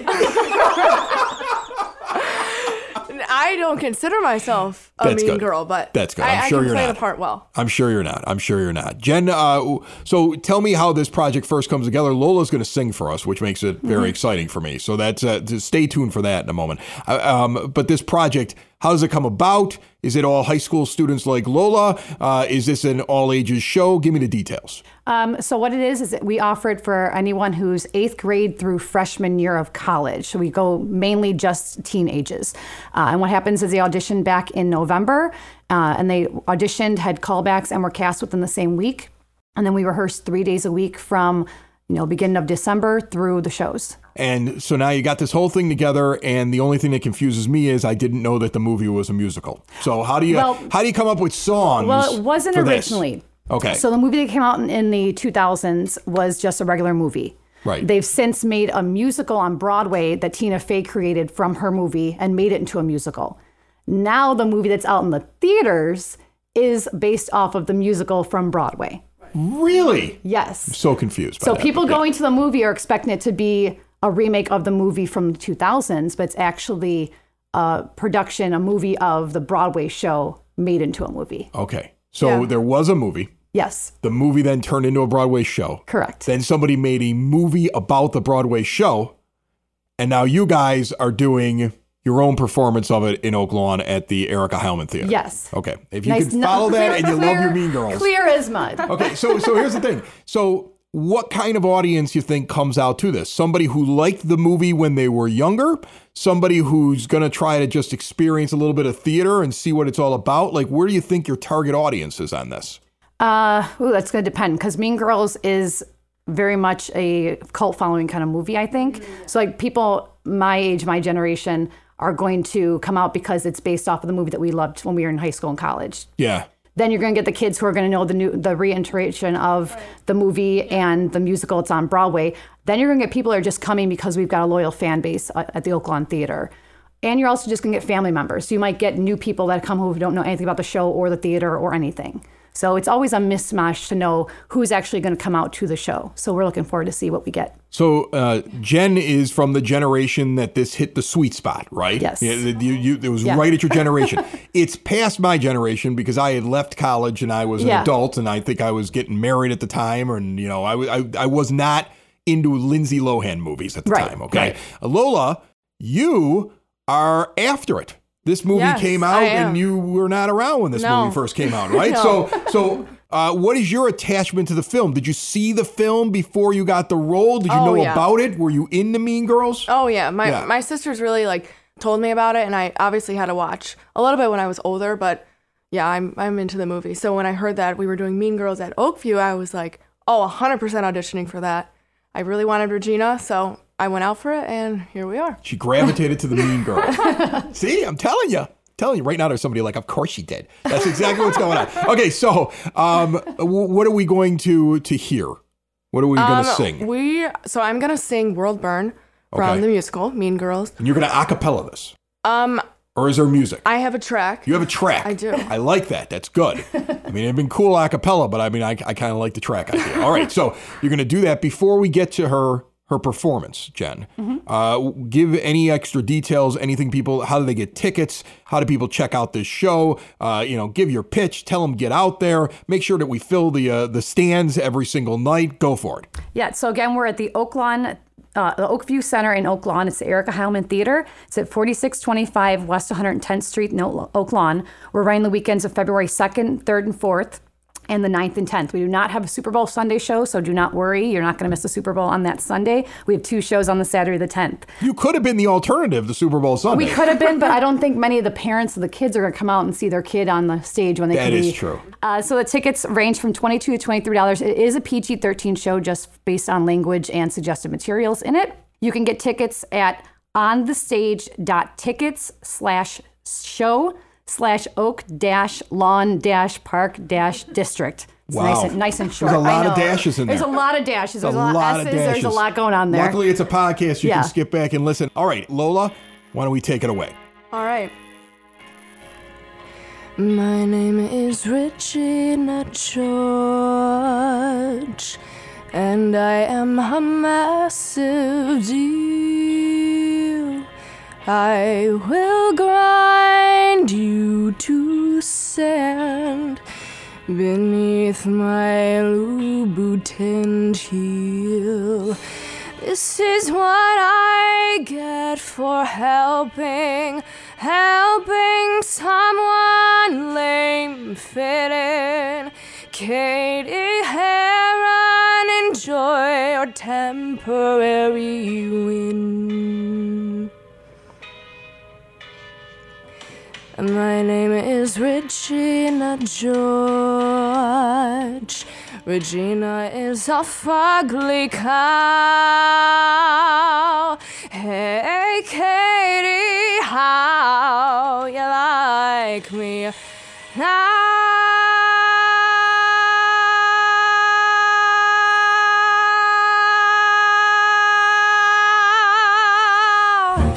[SPEAKER 6] I don't consider myself a
[SPEAKER 3] That's
[SPEAKER 6] mean
[SPEAKER 3] good.
[SPEAKER 6] girl, but
[SPEAKER 3] That's good. I'm
[SPEAKER 6] I, I
[SPEAKER 3] sure
[SPEAKER 6] can
[SPEAKER 3] you're
[SPEAKER 6] play
[SPEAKER 3] not.
[SPEAKER 6] the part well.
[SPEAKER 3] I'm sure you're not. I'm sure you're not. Jen, uh, so tell me how this project first comes together. Lola's going to sing for us, which makes
[SPEAKER 5] Mm-hmm.
[SPEAKER 3] it very exciting for me. So that's uh, to stay tuned for that in a moment. Uh, um, but this project, how does it come about? Is it all high school students like Lola? Uh, is this an all ages show? Give me the details.
[SPEAKER 5] Um, so what it is is that we offer it for anyone who's eighth grade through freshman year of college. So we go mainly just teenagers. Uh, and what happens is they audition back in November, uh, and they auditioned, had callbacks, and were cast within the same week. And then we rehearse three days a week from you know beginning of December through the shows.
[SPEAKER 3] And so now you got this whole thing together, and the only thing that confuses me is I didn't know that the movie was a musical. So how do you
[SPEAKER 5] Well-
[SPEAKER 3] how do you come up with songs?
[SPEAKER 5] Well, it wasn't
[SPEAKER 3] for this?
[SPEAKER 5] originally.
[SPEAKER 3] Okay.
[SPEAKER 5] So the movie that came out in, in the 2000s was just a regular movie.
[SPEAKER 3] Right.
[SPEAKER 5] They've since made a musical on Broadway that Tina Fey created from her movie and made it into a musical. Now the movie that's out in the theaters is based off of the musical from Broadway.
[SPEAKER 3] really
[SPEAKER 5] Yes.
[SPEAKER 3] so confused. By
[SPEAKER 5] So
[SPEAKER 3] that,
[SPEAKER 5] people
[SPEAKER 3] but yeah.
[SPEAKER 5] going to the movie are expecting it to be a remake of the movie from the 2000s, but it's actually a production, a movie of the Broadway show made into a movie.
[SPEAKER 3] Okay. So there was a movie.
[SPEAKER 5] Yes,
[SPEAKER 3] The movie then turned into a Broadway show.
[SPEAKER 5] correct.
[SPEAKER 3] Then somebody made a movie about the Broadway show. And now you guys are doing your own performance of it in Oak Lawn at the Erica Heilman Theater.
[SPEAKER 5] Yes.
[SPEAKER 3] Okay. If you
[SPEAKER 5] Nice.
[SPEAKER 3] can
[SPEAKER 5] No,
[SPEAKER 3] follow
[SPEAKER 5] clear-
[SPEAKER 3] that and you love
[SPEAKER 5] clear-
[SPEAKER 3] your mean girls.
[SPEAKER 5] Clear as mud.
[SPEAKER 3] Okay. So so here's the thing. So what kind of audience you think comes out to this? Somebody who liked the movie when they were younger, somebody who's going to try to just experience a little bit of theater and see what it's all about. Like where do you think your target audience is on this?
[SPEAKER 5] Uh, ooh, that's going to depend because Mean Girls is very much a cult following kind of movie, I think. So, like, people my age, my generation are going to come out because it's based off of the movie that we loved when we were in high school and college.
[SPEAKER 3] Yeah.
[SPEAKER 5] Then you're going to get the kids who are going to know the new the reiteration of the movie and the musical it's on Broadway. Then you're going to get people that are just coming because we've got a loyal fan base uh, at the Oaklawn Theater. And you're also just going to get family members. So you might get new people that come who don't know anything about the show or the theater or anything. So it's always a mismatch to know who's actually going to come out to the show. So we're looking forward to see what we get.
[SPEAKER 3] So uh, Jen is from the generation that this hit the sweet spot, right?
[SPEAKER 5] Yes.
[SPEAKER 3] Yeah, that you, you, it was
[SPEAKER 5] Yeah.
[SPEAKER 3] right at your generation. it's past my generation because I had left college and I was an
[SPEAKER 5] Yeah.
[SPEAKER 3] adult, and I think I was getting married at the time, and you know, I was I, I was not into Lindsay Lohan movies at the
[SPEAKER 5] Right,
[SPEAKER 3] time. Okay, Lola, you are after it. This movie
[SPEAKER 6] Yes,
[SPEAKER 3] came out,
[SPEAKER 6] I am.
[SPEAKER 3] and you were not around when this
[SPEAKER 6] No.
[SPEAKER 3] movie first came out, right?
[SPEAKER 6] No.
[SPEAKER 3] So, so uh, what is your attachment to the film? Did you see the film before you got the role? Did you
[SPEAKER 6] Oh,
[SPEAKER 3] know
[SPEAKER 6] yeah.
[SPEAKER 3] about it? Were you in the Mean Girls?
[SPEAKER 6] Oh yeah, my
[SPEAKER 3] Yeah.
[SPEAKER 6] my sisters really like told me about it, and I obviously had to watch a little bit when I was older. But yeah, I'm I'm into the movie. So when I heard that we were doing Mean Girls at Oakview, I was like, oh, 100% auditioning for that. I really wanted Regina, so I went out for it, and here we are.
[SPEAKER 3] She gravitated to the Mean Girls. see, I'm telling you. Telling you right now, there's somebody like, of course she did. That's exactly what's going on. Okay, so um, w- what are we going to to hear? What are we going to
[SPEAKER 6] Um,
[SPEAKER 3] sing?
[SPEAKER 6] We so I'm gonna sing World Burn from
[SPEAKER 3] Okay.
[SPEAKER 6] the musical Mean Girls.
[SPEAKER 3] And you're going to acapella this.
[SPEAKER 6] Um,
[SPEAKER 3] or is there music?
[SPEAKER 6] I have a track.
[SPEAKER 3] you have a track.
[SPEAKER 6] I do.
[SPEAKER 3] I like that. That's good. I mean, it'd been cool a cappella, but I mean, I, I kind of like the track idea. All right, so you're going to do that before we get to her her performance, Jen.
[SPEAKER 6] Mm-hmm.
[SPEAKER 3] Uh, w- give any extra details, anything people. How do they get tickets? How do people check out this show? Uh, you know, give your pitch. Tell them get out there. Make sure that we fill the uh, the stands every single night. Go for it.
[SPEAKER 5] Yeah. So again, we're at the Oaklawn, uh, the Oakview Center in Oaklawn. It's the Erica Heilman Theater. It's at 4625 West 110th Street in Oak- Oaklawn. We're running the weekends of February 2nd, 3rd, and 4th. And the 9th and 10th. We do not have a Super Bowl Sunday show, so do not worry. You're not going to miss the Super Bowl on that Sunday. We have two shows on the Saturday, the 10th.
[SPEAKER 3] You could have been the alternative, the Super Bowl Sunday.
[SPEAKER 5] We could have been, but I don't think many of the parents of the kids are going to come out and see their kid on the stage when they
[SPEAKER 3] That
[SPEAKER 5] can
[SPEAKER 3] is
[SPEAKER 5] be-
[SPEAKER 3] true.
[SPEAKER 5] Uh, so the tickets range from twenty-two to twenty-three dollars. It is a PG-13 show, just based on language and suggested materials in it. You can get tickets at onthestage.tickets slash show slash oak dash lawn dash park dash district. It's nice,
[SPEAKER 3] Wow.
[SPEAKER 5] and, nice and short.
[SPEAKER 3] There's a
[SPEAKER 5] I
[SPEAKER 3] lot of
[SPEAKER 5] know.
[SPEAKER 3] dashes in
[SPEAKER 5] There's
[SPEAKER 3] there.
[SPEAKER 5] a lot of dashes. There's a lot, of S's. There's a
[SPEAKER 3] dashes.
[SPEAKER 5] lot going on there.
[SPEAKER 3] Luckily, it's a podcast. You
[SPEAKER 5] Yeah.
[SPEAKER 3] can skip back and listen. All right, Lola, why don't we take it away?
[SPEAKER 6] All right. My name is Richie, not George, and I am a massive deal. I will grind you to sand beneath my Louboutin heel. This is what I get for helping, helping someone lame fit in. Katie Heron, enjoy your temporary win. My name is Regina George. Regina is a fugly cow. Hey, Katie, how you like me Ah. now?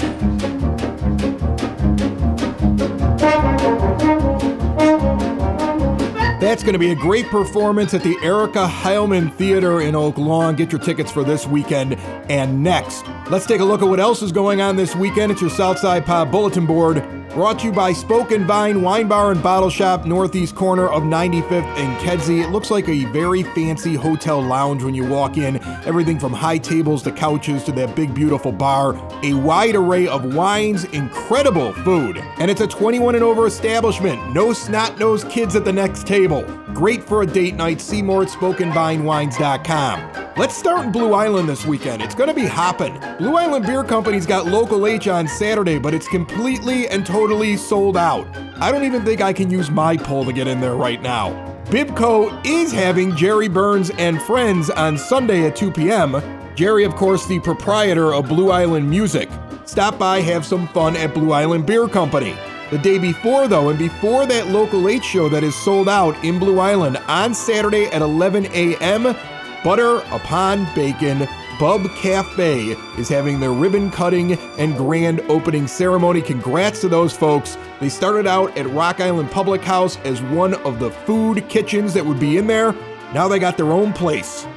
[SPEAKER 3] That's going to be a great performance at the Erica Heilman Theater in Oak Lawn. Get your tickets for this weekend and next. Let's take a look at what else is going on this weekend. It's your Southside Pop Bulletin Board. Brought to you by Spoken Vine Wine Bar and Bottle Shop, northeast corner of 95th and Kedzie. It looks like a very fancy hotel lounge when you walk in. Everything from high tables to couches to that big, beautiful bar. A wide array of wines, incredible food. And it's a 21 and over establishment. No snot nosed kids at the next table. Great for a date night. See more at SpokenVineWines.com. Let's start in Blue Island this weekend. It's going to be hopping. Blue Island Beer Company's got Local H on Saturday, but it's completely and totally sold out. I don't even think I can use my pole to get in there right now. Bibco is having Jerry Burns and Friends on Sunday at 2 p.m. Jerry, of course, the proprietor of Blue Island Music. Stop by, have some fun at Blue Island Beer Company. The day before, though, and before that local 8 show that is sold out in Blue Island on Saturday at 11 a.m., Butter Upon Bacon Bub Cafe is having their ribbon cutting and grand opening ceremony. Congrats to those folks. They started out at Rock Island Public House as one of the food kitchens that would be in there. Now they got their own place.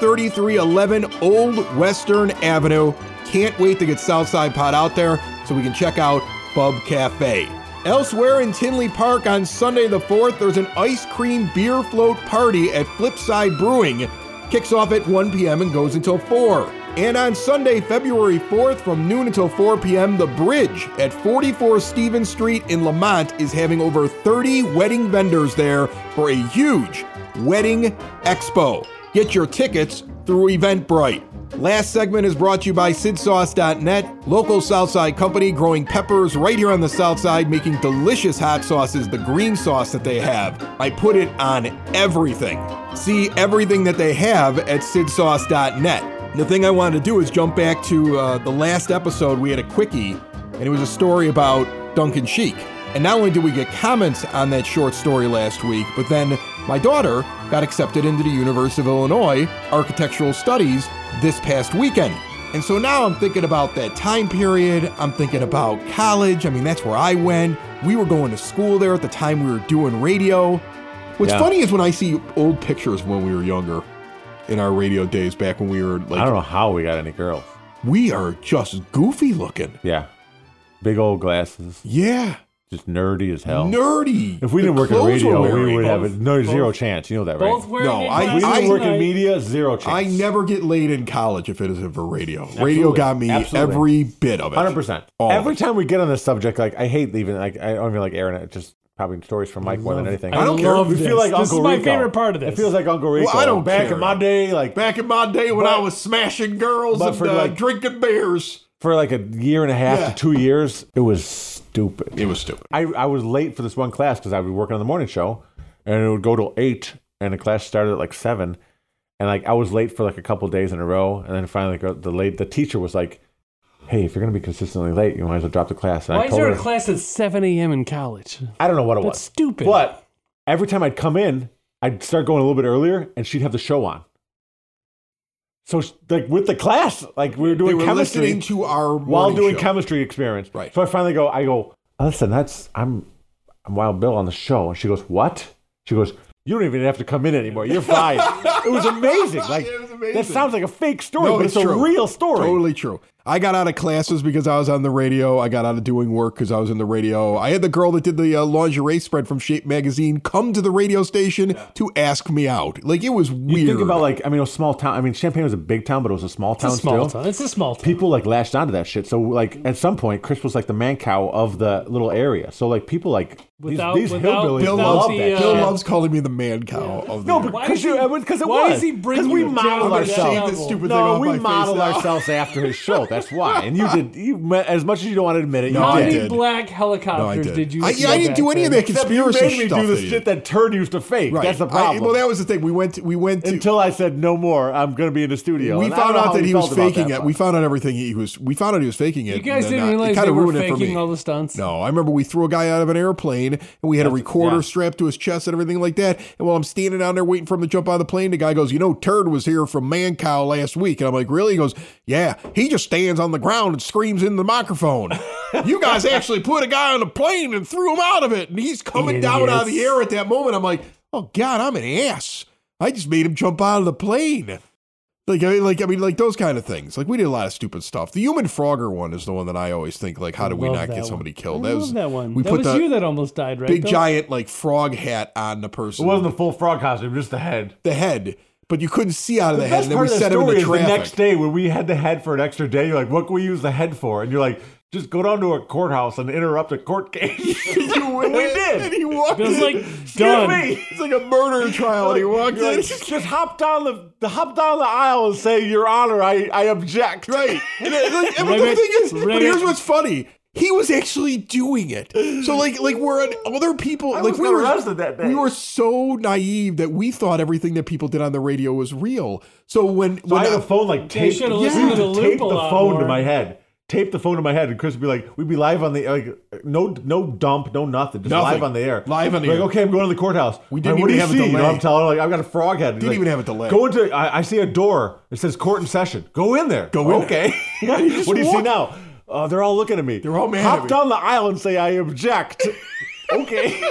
[SPEAKER 3] 13311 Old Western Avenue. Can't wait to get Southside Pod out there so we can check out Bub Cafe. Elsewhere in Tinley Park on Sunday the 4th, there's an ice cream beer float party at Flipside Brewing. Kicks off at 1 p.m. and goes until 4. And on Sunday, February 4th, from noon until 4 p.m., The Bridge at 44 Stevens Street in Lamont is having over 30 wedding vendors there for a huge wedding expo. Get your tickets through Eventbrite. Last segment is brought to you by SidSauce.net, local Southside company growing peppers right here on the South Side, making delicious hot sauces, the green sauce that they have. I put it on everything. See everything that they have at SidSauce.net. The thing I wanted to do is jump back to uh, the last episode. We had a quickie and it was a story about Duncan Sheik. And not only did we get comments on that short story last week, but then my daughter got accepted into the University of Illinois Architectural Studies this past weekend. And so now I'm thinking about that time period. I'm thinking about college. I mean, that's where I went. We were going to school there at the time we were doing radio. What's
[SPEAKER 1] Yeah.
[SPEAKER 3] funny is when I see old pictures when we were younger in our radio days back when we were
[SPEAKER 1] I don't
[SPEAKER 3] like,
[SPEAKER 1] know how we got any girls.
[SPEAKER 3] we are just goofy looking.
[SPEAKER 1] Yeah. Big old glasses,
[SPEAKER 3] Yeah.
[SPEAKER 1] just nerdy as hell.
[SPEAKER 3] Nerdy.
[SPEAKER 1] If we
[SPEAKER 3] The
[SPEAKER 1] didn't work in
[SPEAKER 3] clothes we're
[SPEAKER 1] radio, we
[SPEAKER 3] wearing.
[SPEAKER 1] would have a,
[SPEAKER 4] Both-
[SPEAKER 1] no zero
[SPEAKER 4] both-
[SPEAKER 1] chance. You know that, right?
[SPEAKER 4] Both wearing
[SPEAKER 3] No,
[SPEAKER 4] it
[SPEAKER 3] I-
[SPEAKER 1] we
[SPEAKER 4] last
[SPEAKER 1] didn't
[SPEAKER 3] I-
[SPEAKER 1] work in
[SPEAKER 4] night.
[SPEAKER 1] media, zero chance.
[SPEAKER 3] I never get laid in college if it isn't for radio. Radio got me
[SPEAKER 1] Absolutely.
[SPEAKER 3] every bit of it.
[SPEAKER 1] Hundred percent.
[SPEAKER 3] All of
[SPEAKER 1] Every
[SPEAKER 3] it.
[SPEAKER 1] time we get on this subject, like I hate leaving. Like I don't even like airing it. Just probably stories from Mike more than anything.
[SPEAKER 3] I don't care.
[SPEAKER 4] love
[SPEAKER 1] We
[SPEAKER 4] this.
[SPEAKER 1] feel like
[SPEAKER 4] this
[SPEAKER 1] Uncle
[SPEAKER 4] is my
[SPEAKER 1] Rico.
[SPEAKER 4] favorite part of this.
[SPEAKER 1] It feels like Uncle Rico.
[SPEAKER 3] Well, I don't
[SPEAKER 1] back
[SPEAKER 3] care.
[SPEAKER 1] in my day, like
[SPEAKER 3] Back in my day when
[SPEAKER 1] But-
[SPEAKER 3] I was smashing girls
[SPEAKER 1] but
[SPEAKER 3] and
[SPEAKER 1] for,
[SPEAKER 3] uh,
[SPEAKER 1] like-
[SPEAKER 3] drinking beers,
[SPEAKER 1] for like a year and a half
[SPEAKER 3] Yeah.
[SPEAKER 1] to two years, it was stupid.
[SPEAKER 3] it was stupid.
[SPEAKER 1] I, I was late for this one class because I would be working on the morning show, and it would go till eight, and the class started at like seven, and like I was late for like a couple days in a row, and then finally the girl- the late the teacher was like, "Hey, if you're gonna be consistently late, you might as well drop the class." And
[SPEAKER 4] Why
[SPEAKER 1] I
[SPEAKER 4] is
[SPEAKER 1] told
[SPEAKER 4] there
[SPEAKER 1] her,
[SPEAKER 4] a class at 7 a.m. in college?
[SPEAKER 1] I don't know what it
[SPEAKER 4] That's
[SPEAKER 1] was,
[SPEAKER 4] stupid.
[SPEAKER 1] but every time I'd come in, I'd start going a little bit earlier, and she'd have the show on. So sh- like with the class, like we were
[SPEAKER 3] They
[SPEAKER 1] doing
[SPEAKER 3] were
[SPEAKER 1] chemistry
[SPEAKER 3] listening to our
[SPEAKER 1] while
[SPEAKER 3] morning
[SPEAKER 1] doing
[SPEAKER 3] show.
[SPEAKER 1] chemistry experiments.
[SPEAKER 3] Right.
[SPEAKER 1] So I finally go, I go, listen, that's I'm I'm Wild Bill on the show. And she goes, What? She goes, You don't even have to come in anymore. You're fired. it was amazing. Like
[SPEAKER 3] Yeah, it was amazing.
[SPEAKER 1] that sounds like a fake story,
[SPEAKER 3] No,
[SPEAKER 1] but
[SPEAKER 3] it's
[SPEAKER 1] it's,
[SPEAKER 3] true.
[SPEAKER 1] a real story.
[SPEAKER 3] Totally true. I got out of classes because I was on the radio. I got out of doing work because I was in the radio. I had the girl that did the uh, lingerie spread from Shape Magazine come to the radio station to ask me out. Like it was weird.
[SPEAKER 1] You think about like I mean a small town. I mean Champagne was a big town, but it was a small
[SPEAKER 4] it's
[SPEAKER 1] town
[SPEAKER 4] a small
[SPEAKER 1] still.
[SPEAKER 4] town. It's a small town.
[SPEAKER 1] People like latched onto that shit. So like at some point, Chris was like the man cow of the little area. So like people like these-
[SPEAKER 4] Without-
[SPEAKER 1] these,
[SPEAKER 4] without-
[SPEAKER 1] hillbillies
[SPEAKER 4] without
[SPEAKER 3] Bill
[SPEAKER 1] love
[SPEAKER 3] loves,
[SPEAKER 4] the,
[SPEAKER 1] that.
[SPEAKER 4] uh,
[SPEAKER 3] Bill
[SPEAKER 1] shit.
[SPEAKER 3] loves calling me the man cow of the
[SPEAKER 1] No,
[SPEAKER 3] year.
[SPEAKER 4] Why
[SPEAKER 1] because
[SPEAKER 4] is
[SPEAKER 1] you,
[SPEAKER 4] he-
[SPEAKER 1] because it
[SPEAKER 4] why
[SPEAKER 1] was.
[SPEAKER 4] is he bringing
[SPEAKER 1] Because we
[SPEAKER 4] you
[SPEAKER 1] modeled
[SPEAKER 4] down to
[SPEAKER 3] I'm gonna
[SPEAKER 4] that
[SPEAKER 1] ourselves.
[SPEAKER 3] shave this
[SPEAKER 4] level?
[SPEAKER 3] stupid thing
[SPEAKER 1] No,
[SPEAKER 3] off
[SPEAKER 1] we
[SPEAKER 3] my face
[SPEAKER 1] modeled
[SPEAKER 3] now.
[SPEAKER 1] ourselves after his show. That's why. And you did, you as much as you don't want to admit it, you
[SPEAKER 4] How
[SPEAKER 3] I
[SPEAKER 4] many
[SPEAKER 1] did.
[SPEAKER 3] did.
[SPEAKER 4] black
[SPEAKER 3] No, I
[SPEAKER 4] helicopters
[SPEAKER 3] did.
[SPEAKER 4] did you?
[SPEAKER 3] I,
[SPEAKER 4] see
[SPEAKER 3] yeah, I didn't
[SPEAKER 4] back
[SPEAKER 3] do any of
[SPEAKER 4] then?
[SPEAKER 3] that
[SPEAKER 1] Except you
[SPEAKER 3] conspiracy
[SPEAKER 1] made me
[SPEAKER 3] stuff.
[SPEAKER 1] do the
[SPEAKER 3] that you
[SPEAKER 1] shit
[SPEAKER 3] did.
[SPEAKER 1] that Turd used to fake.
[SPEAKER 3] Right.
[SPEAKER 1] That's the
[SPEAKER 3] I-
[SPEAKER 1] problem.
[SPEAKER 3] well, that was the thing. We went. To, we went to.
[SPEAKER 1] Until I said no more, I'm going to be in the studio.
[SPEAKER 3] we
[SPEAKER 1] And I don't
[SPEAKER 3] found
[SPEAKER 1] know
[SPEAKER 3] out
[SPEAKER 1] how
[SPEAKER 3] that
[SPEAKER 1] we
[SPEAKER 3] he was
[SPEAKER 1] felt about
[SPEAKER 3] faking
[SPEAKER 1] that
[SPEAKER 3] it.
[SPEAKER 1] one.
[SPEAKER 3] We found out everything he was. We found out he was faking it.
[SPEAKER 4] You guys
[SPEAKER 3] and then,
[SPEAKER 4] didn't
[SPEAKER 3] uh,
[SPEAKER 4] realize
[SPEAKER 3] it
[SPEAKER 4] they
[SPEAKER 3] kinda
[SPEAKER 4] were
[SPEAKER 3] ruined it for
[SPEAKER 4] faking
[SPEAKER 3] me.
[SPEAKER 4] all the stunts.
[SPEAKER 3] No, I remember we threw a guy out of an airplane and we had a recorder
[SPEAKER 1] yeah.
[SPEAKER 3] strapped to his chest and everything like that. And while I'm standing down there waiting for him to jump out of the plane, the guy goes, You know, Turd was here from Man Cow last week. And I'm like, Really? He goes, Yeah, he just stands on the ground and screams in the microphone. you guys actually put a guy on a plane and threw him out of it. And he's coming down out of the air at that moment. I'm like, Oh, God, I'm an ass. I just made him jump out of the plane. Like I mean, like I mean, like those kind of things. Like we did a lot of stupid stuff. The human frogger one is the one that I always think. Like, how did we
[SPEAKER 4] love
[SPEAKER 3] not
[SPEAKER 4] that
[SPEAKER 3] get
[SPEAKER 4] one.
[SPEAKER 3] somebody
[SPEAKER 4] I
[SPEAKER 3] killed?
[SPEAKER 4] love that one.
[SPEAKER 3] We
[SPEAKER 4] that
[SPEAKER 3] put
[SPEAKER 4] was
[SPEAKER 3] the
[SPEAKER 4] you that almost died, right?
[SPEAKER 3] big
[SPEAKER 4] Bill?
[SPEAKER 3] giant like frog hat on the
[SPEAKER 1] It
[SPEAKER 3] person,
[SPEAKER 1] wasn't the full frog costume, just the head.
[SPEAKER 3] the head, but you couldn't see out of the, head.
[SPEAKER 1] Best
[SPEAKER 3] And then
[SPEAKER 1] part of
[SPEAKER 3] we
[SPEAKER 1] the
[SPEAKER 3] set him
[SPEAKER 1] story
[SPEAKER 3] in the
[SPEAKER 1] is the
[SPEAKER 3] traffic.
[SPEAKER 1] next day when we had the head for an extra day. You're like, what can we use the head for? And you're like, just go down to a courthouse and interrupt a court case.
[SPEAKER 3] You win
[SPEAKER 1] we
[SPEAKER 3] it,
[SPEAKER 1] did.
[SPEAKER 3] And he walked
[SPEAKER 4] Bill's
[SPEAKER 3] in.
[SPEAKER 4] like, done.
[SPEAKER 1] me.
[SPEAKER 3] It's like a murder trial, and he walked
[SPEAKER 1] You're
[SPEAKER 3] in.
[SPEAKER 1] like, just hop down the, the hop down the aisle and say, Your Honor, I, I object.
[SPEAKER 3] Right. And, it- like, and the
[SPEAKER 4] Ribbit,
[SPEAKER 3] thing is, but
[SPEAKER 4] ribbit.
[SPEAKER 3] here's what's funny. He was actually doing it. So like like we're on other people
[SPEAKER 1] I
[SPEAKER 3] like
[SPEAKER 1] was
[SPEAKER 3] we
[SPEAKER 1] not
[SPEAKER 3] were
[SPEAKER 1] arrested that day.
[SPEAKER 3] we were so naive that we thought everything that people did on the radio was real. So when
[SPEAKER 1] So
[SPEAKER 3] when
[SPEAKER 1] I had a phone like taped.
[SPEAKER 4] should've listened to the loop
[SPEAKER 1] tape
[SPEAKER 4] a
[SPEAKER 1] the
[SPEAKER 4] lot
[SPEAKER 1] phone to
[SPEAKER 4] more.
[SPEAKER 1] my head. Tape the phone to my head, and Chris would be like, "We'd be live on the like no no dump, no nothing, just
[SPEAKER 3] Nothing.
[SPEAKER 1] live on the air,
[SPEAKER 3] Live on the
[SPEAKER 1] like,
[SPEAKER 3] air.
[SPEAKER 1] Okay, I'm going to the courthouse.
[SPEAKER 3] We didn't
[SPEAKER 1] Like, what
[SPEAKER 3] even
[SPEAKER 1] do
[SPEAKER 3] have a
[SPEAKER 1] you see? You know,
[SPEAKER 3] delay.
[SPEAKER 1] I'm telling her, like I've got a frog head. He's
[SPEAKER 3] Didn't
[SPEAKER 1] like,
[SPEAKER 3] even have a delay.
[SPEAKER 1] Go into. I, I see a door. It says court in session. Go in there.
[SPEAKER 3] Go in
[SPEAKER 1] Okay. what do you see
[SPEAKER 3] walked-
[SPEAKER 1] now? Uh, they're all looking at me.
[SPEAKER 3] They're all mad at
[SPEAKER 1] Hop
[SPEAKER 3] me.
[SPEAKER 1] down the aisle and say I object. okay.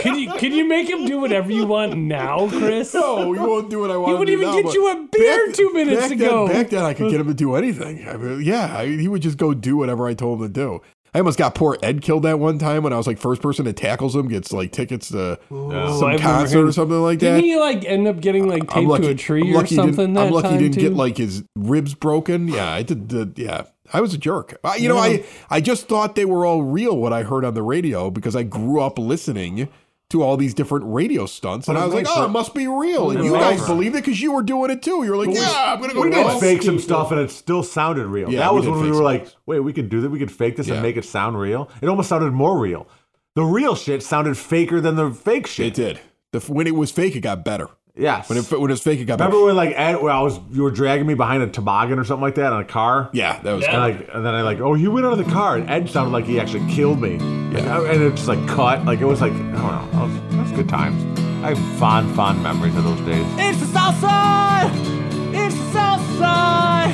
[SPEAKER 4] Can you can you make him do whatever you want now, Chris?
[SPEAKER 3] no, we Oh, won't do what I want.
[SPEAKER 4] wouldn't
[SPEAKER 3] do
[SPEAKER 4] even
[SPEAKER 3] now,
[SPEAKER 4] get
[SPEAKER 3] but
[SPEAKER 4] you a beer
[SPEAKER 3] back-
[SPEAKER 4] two minutes
[SPEAKER 3] back then-
[SPEAKER 4] ago.
[SPEAKER 3] back then, I could get him to do anything. I mean, yeah, I, he would just go do whatever I told him to do. I almost got poor Ed killed that one time when I was like first person that tackles him gets like tickets to
[SPEAKER 4] I
[SPEAKER 3] some
[SPEAKER 4] remember
[SPEAKER 3] concert
[SPEAKER 4] him-
[SPEAKER 3] or something like that.
[SPEAKER 4] Didn't he like end up getting like taped to a tree
[SPEAKER 3] I'm
[SPEAKER 4] or
[SPEAKER 3] lucky he didn't-
[SPEAKER 4] something? that
[SPEAKER 3] I'm lucky
[SPEAKER 4] time
[SPEAKER 3] he didn't
[SPEAKER 4] too?
[SPEAKER 3] get like his ribs broken. Yeah, I did. The, yeah, I was a jerk. I, you know, I I just thought they were all real what I heard on the radio because I grew up listening to all these different radio stunts, and I was like, oh, it must be real. And you guys believed it because you were doing it too. You were like, yeah, I'm gonna go.
[SPEAKER 1] We
[SPEAKER 3] do
[SPEAKER 1] did
[SPEAKER 3] it."
[SPEAKER 1] fake some stuff and it still sounded real.
[SPEAKER 3] Yeah,
[SPEAKER 1] that
[SPEAKER 3] we
[SPEAKER 1] was
[SPEAKER 3] did
[SPEAKER 1] when we
[SPEAKER 3] fake
[SPEAKER 1] were
[SPEAKER 3] some
[SPEAKER 1] like, wait, we could do that. We could fake this
[SPEAKER 3] Yeah.
[SPEAKER 1] and make it sound real. It almost sounded more real. The real shit sounded faker than the fake
[SPEAKER 3] It
[SPEAKER 1] shit.
[SPEAKER 3] did. The, f- when it was fake, it got better.
[SPEAKER 1] Yes.
[SPEAKER 3] When it, f- when it was fake, it got better.
[SPEAKER 1] Remember when like Ed, where I was, you were dragging me behind a toboggan or something like that on a car.
[SPEAKER 3] Yeah, that was.
[SPEAKER 1] And like, and then I like, oh, you went out of the car, and Ed sounded like he actually killed me. And, I- and it just like cut. Like it was like, I don't know. That was, that was good times. I have fond, fond memories of those days.
[SPEAKER 2] It's the South Side. It's the South Side.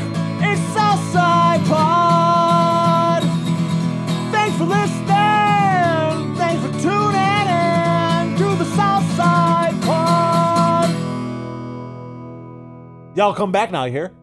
[SPEAKER 1] Y'all come back now, you hear?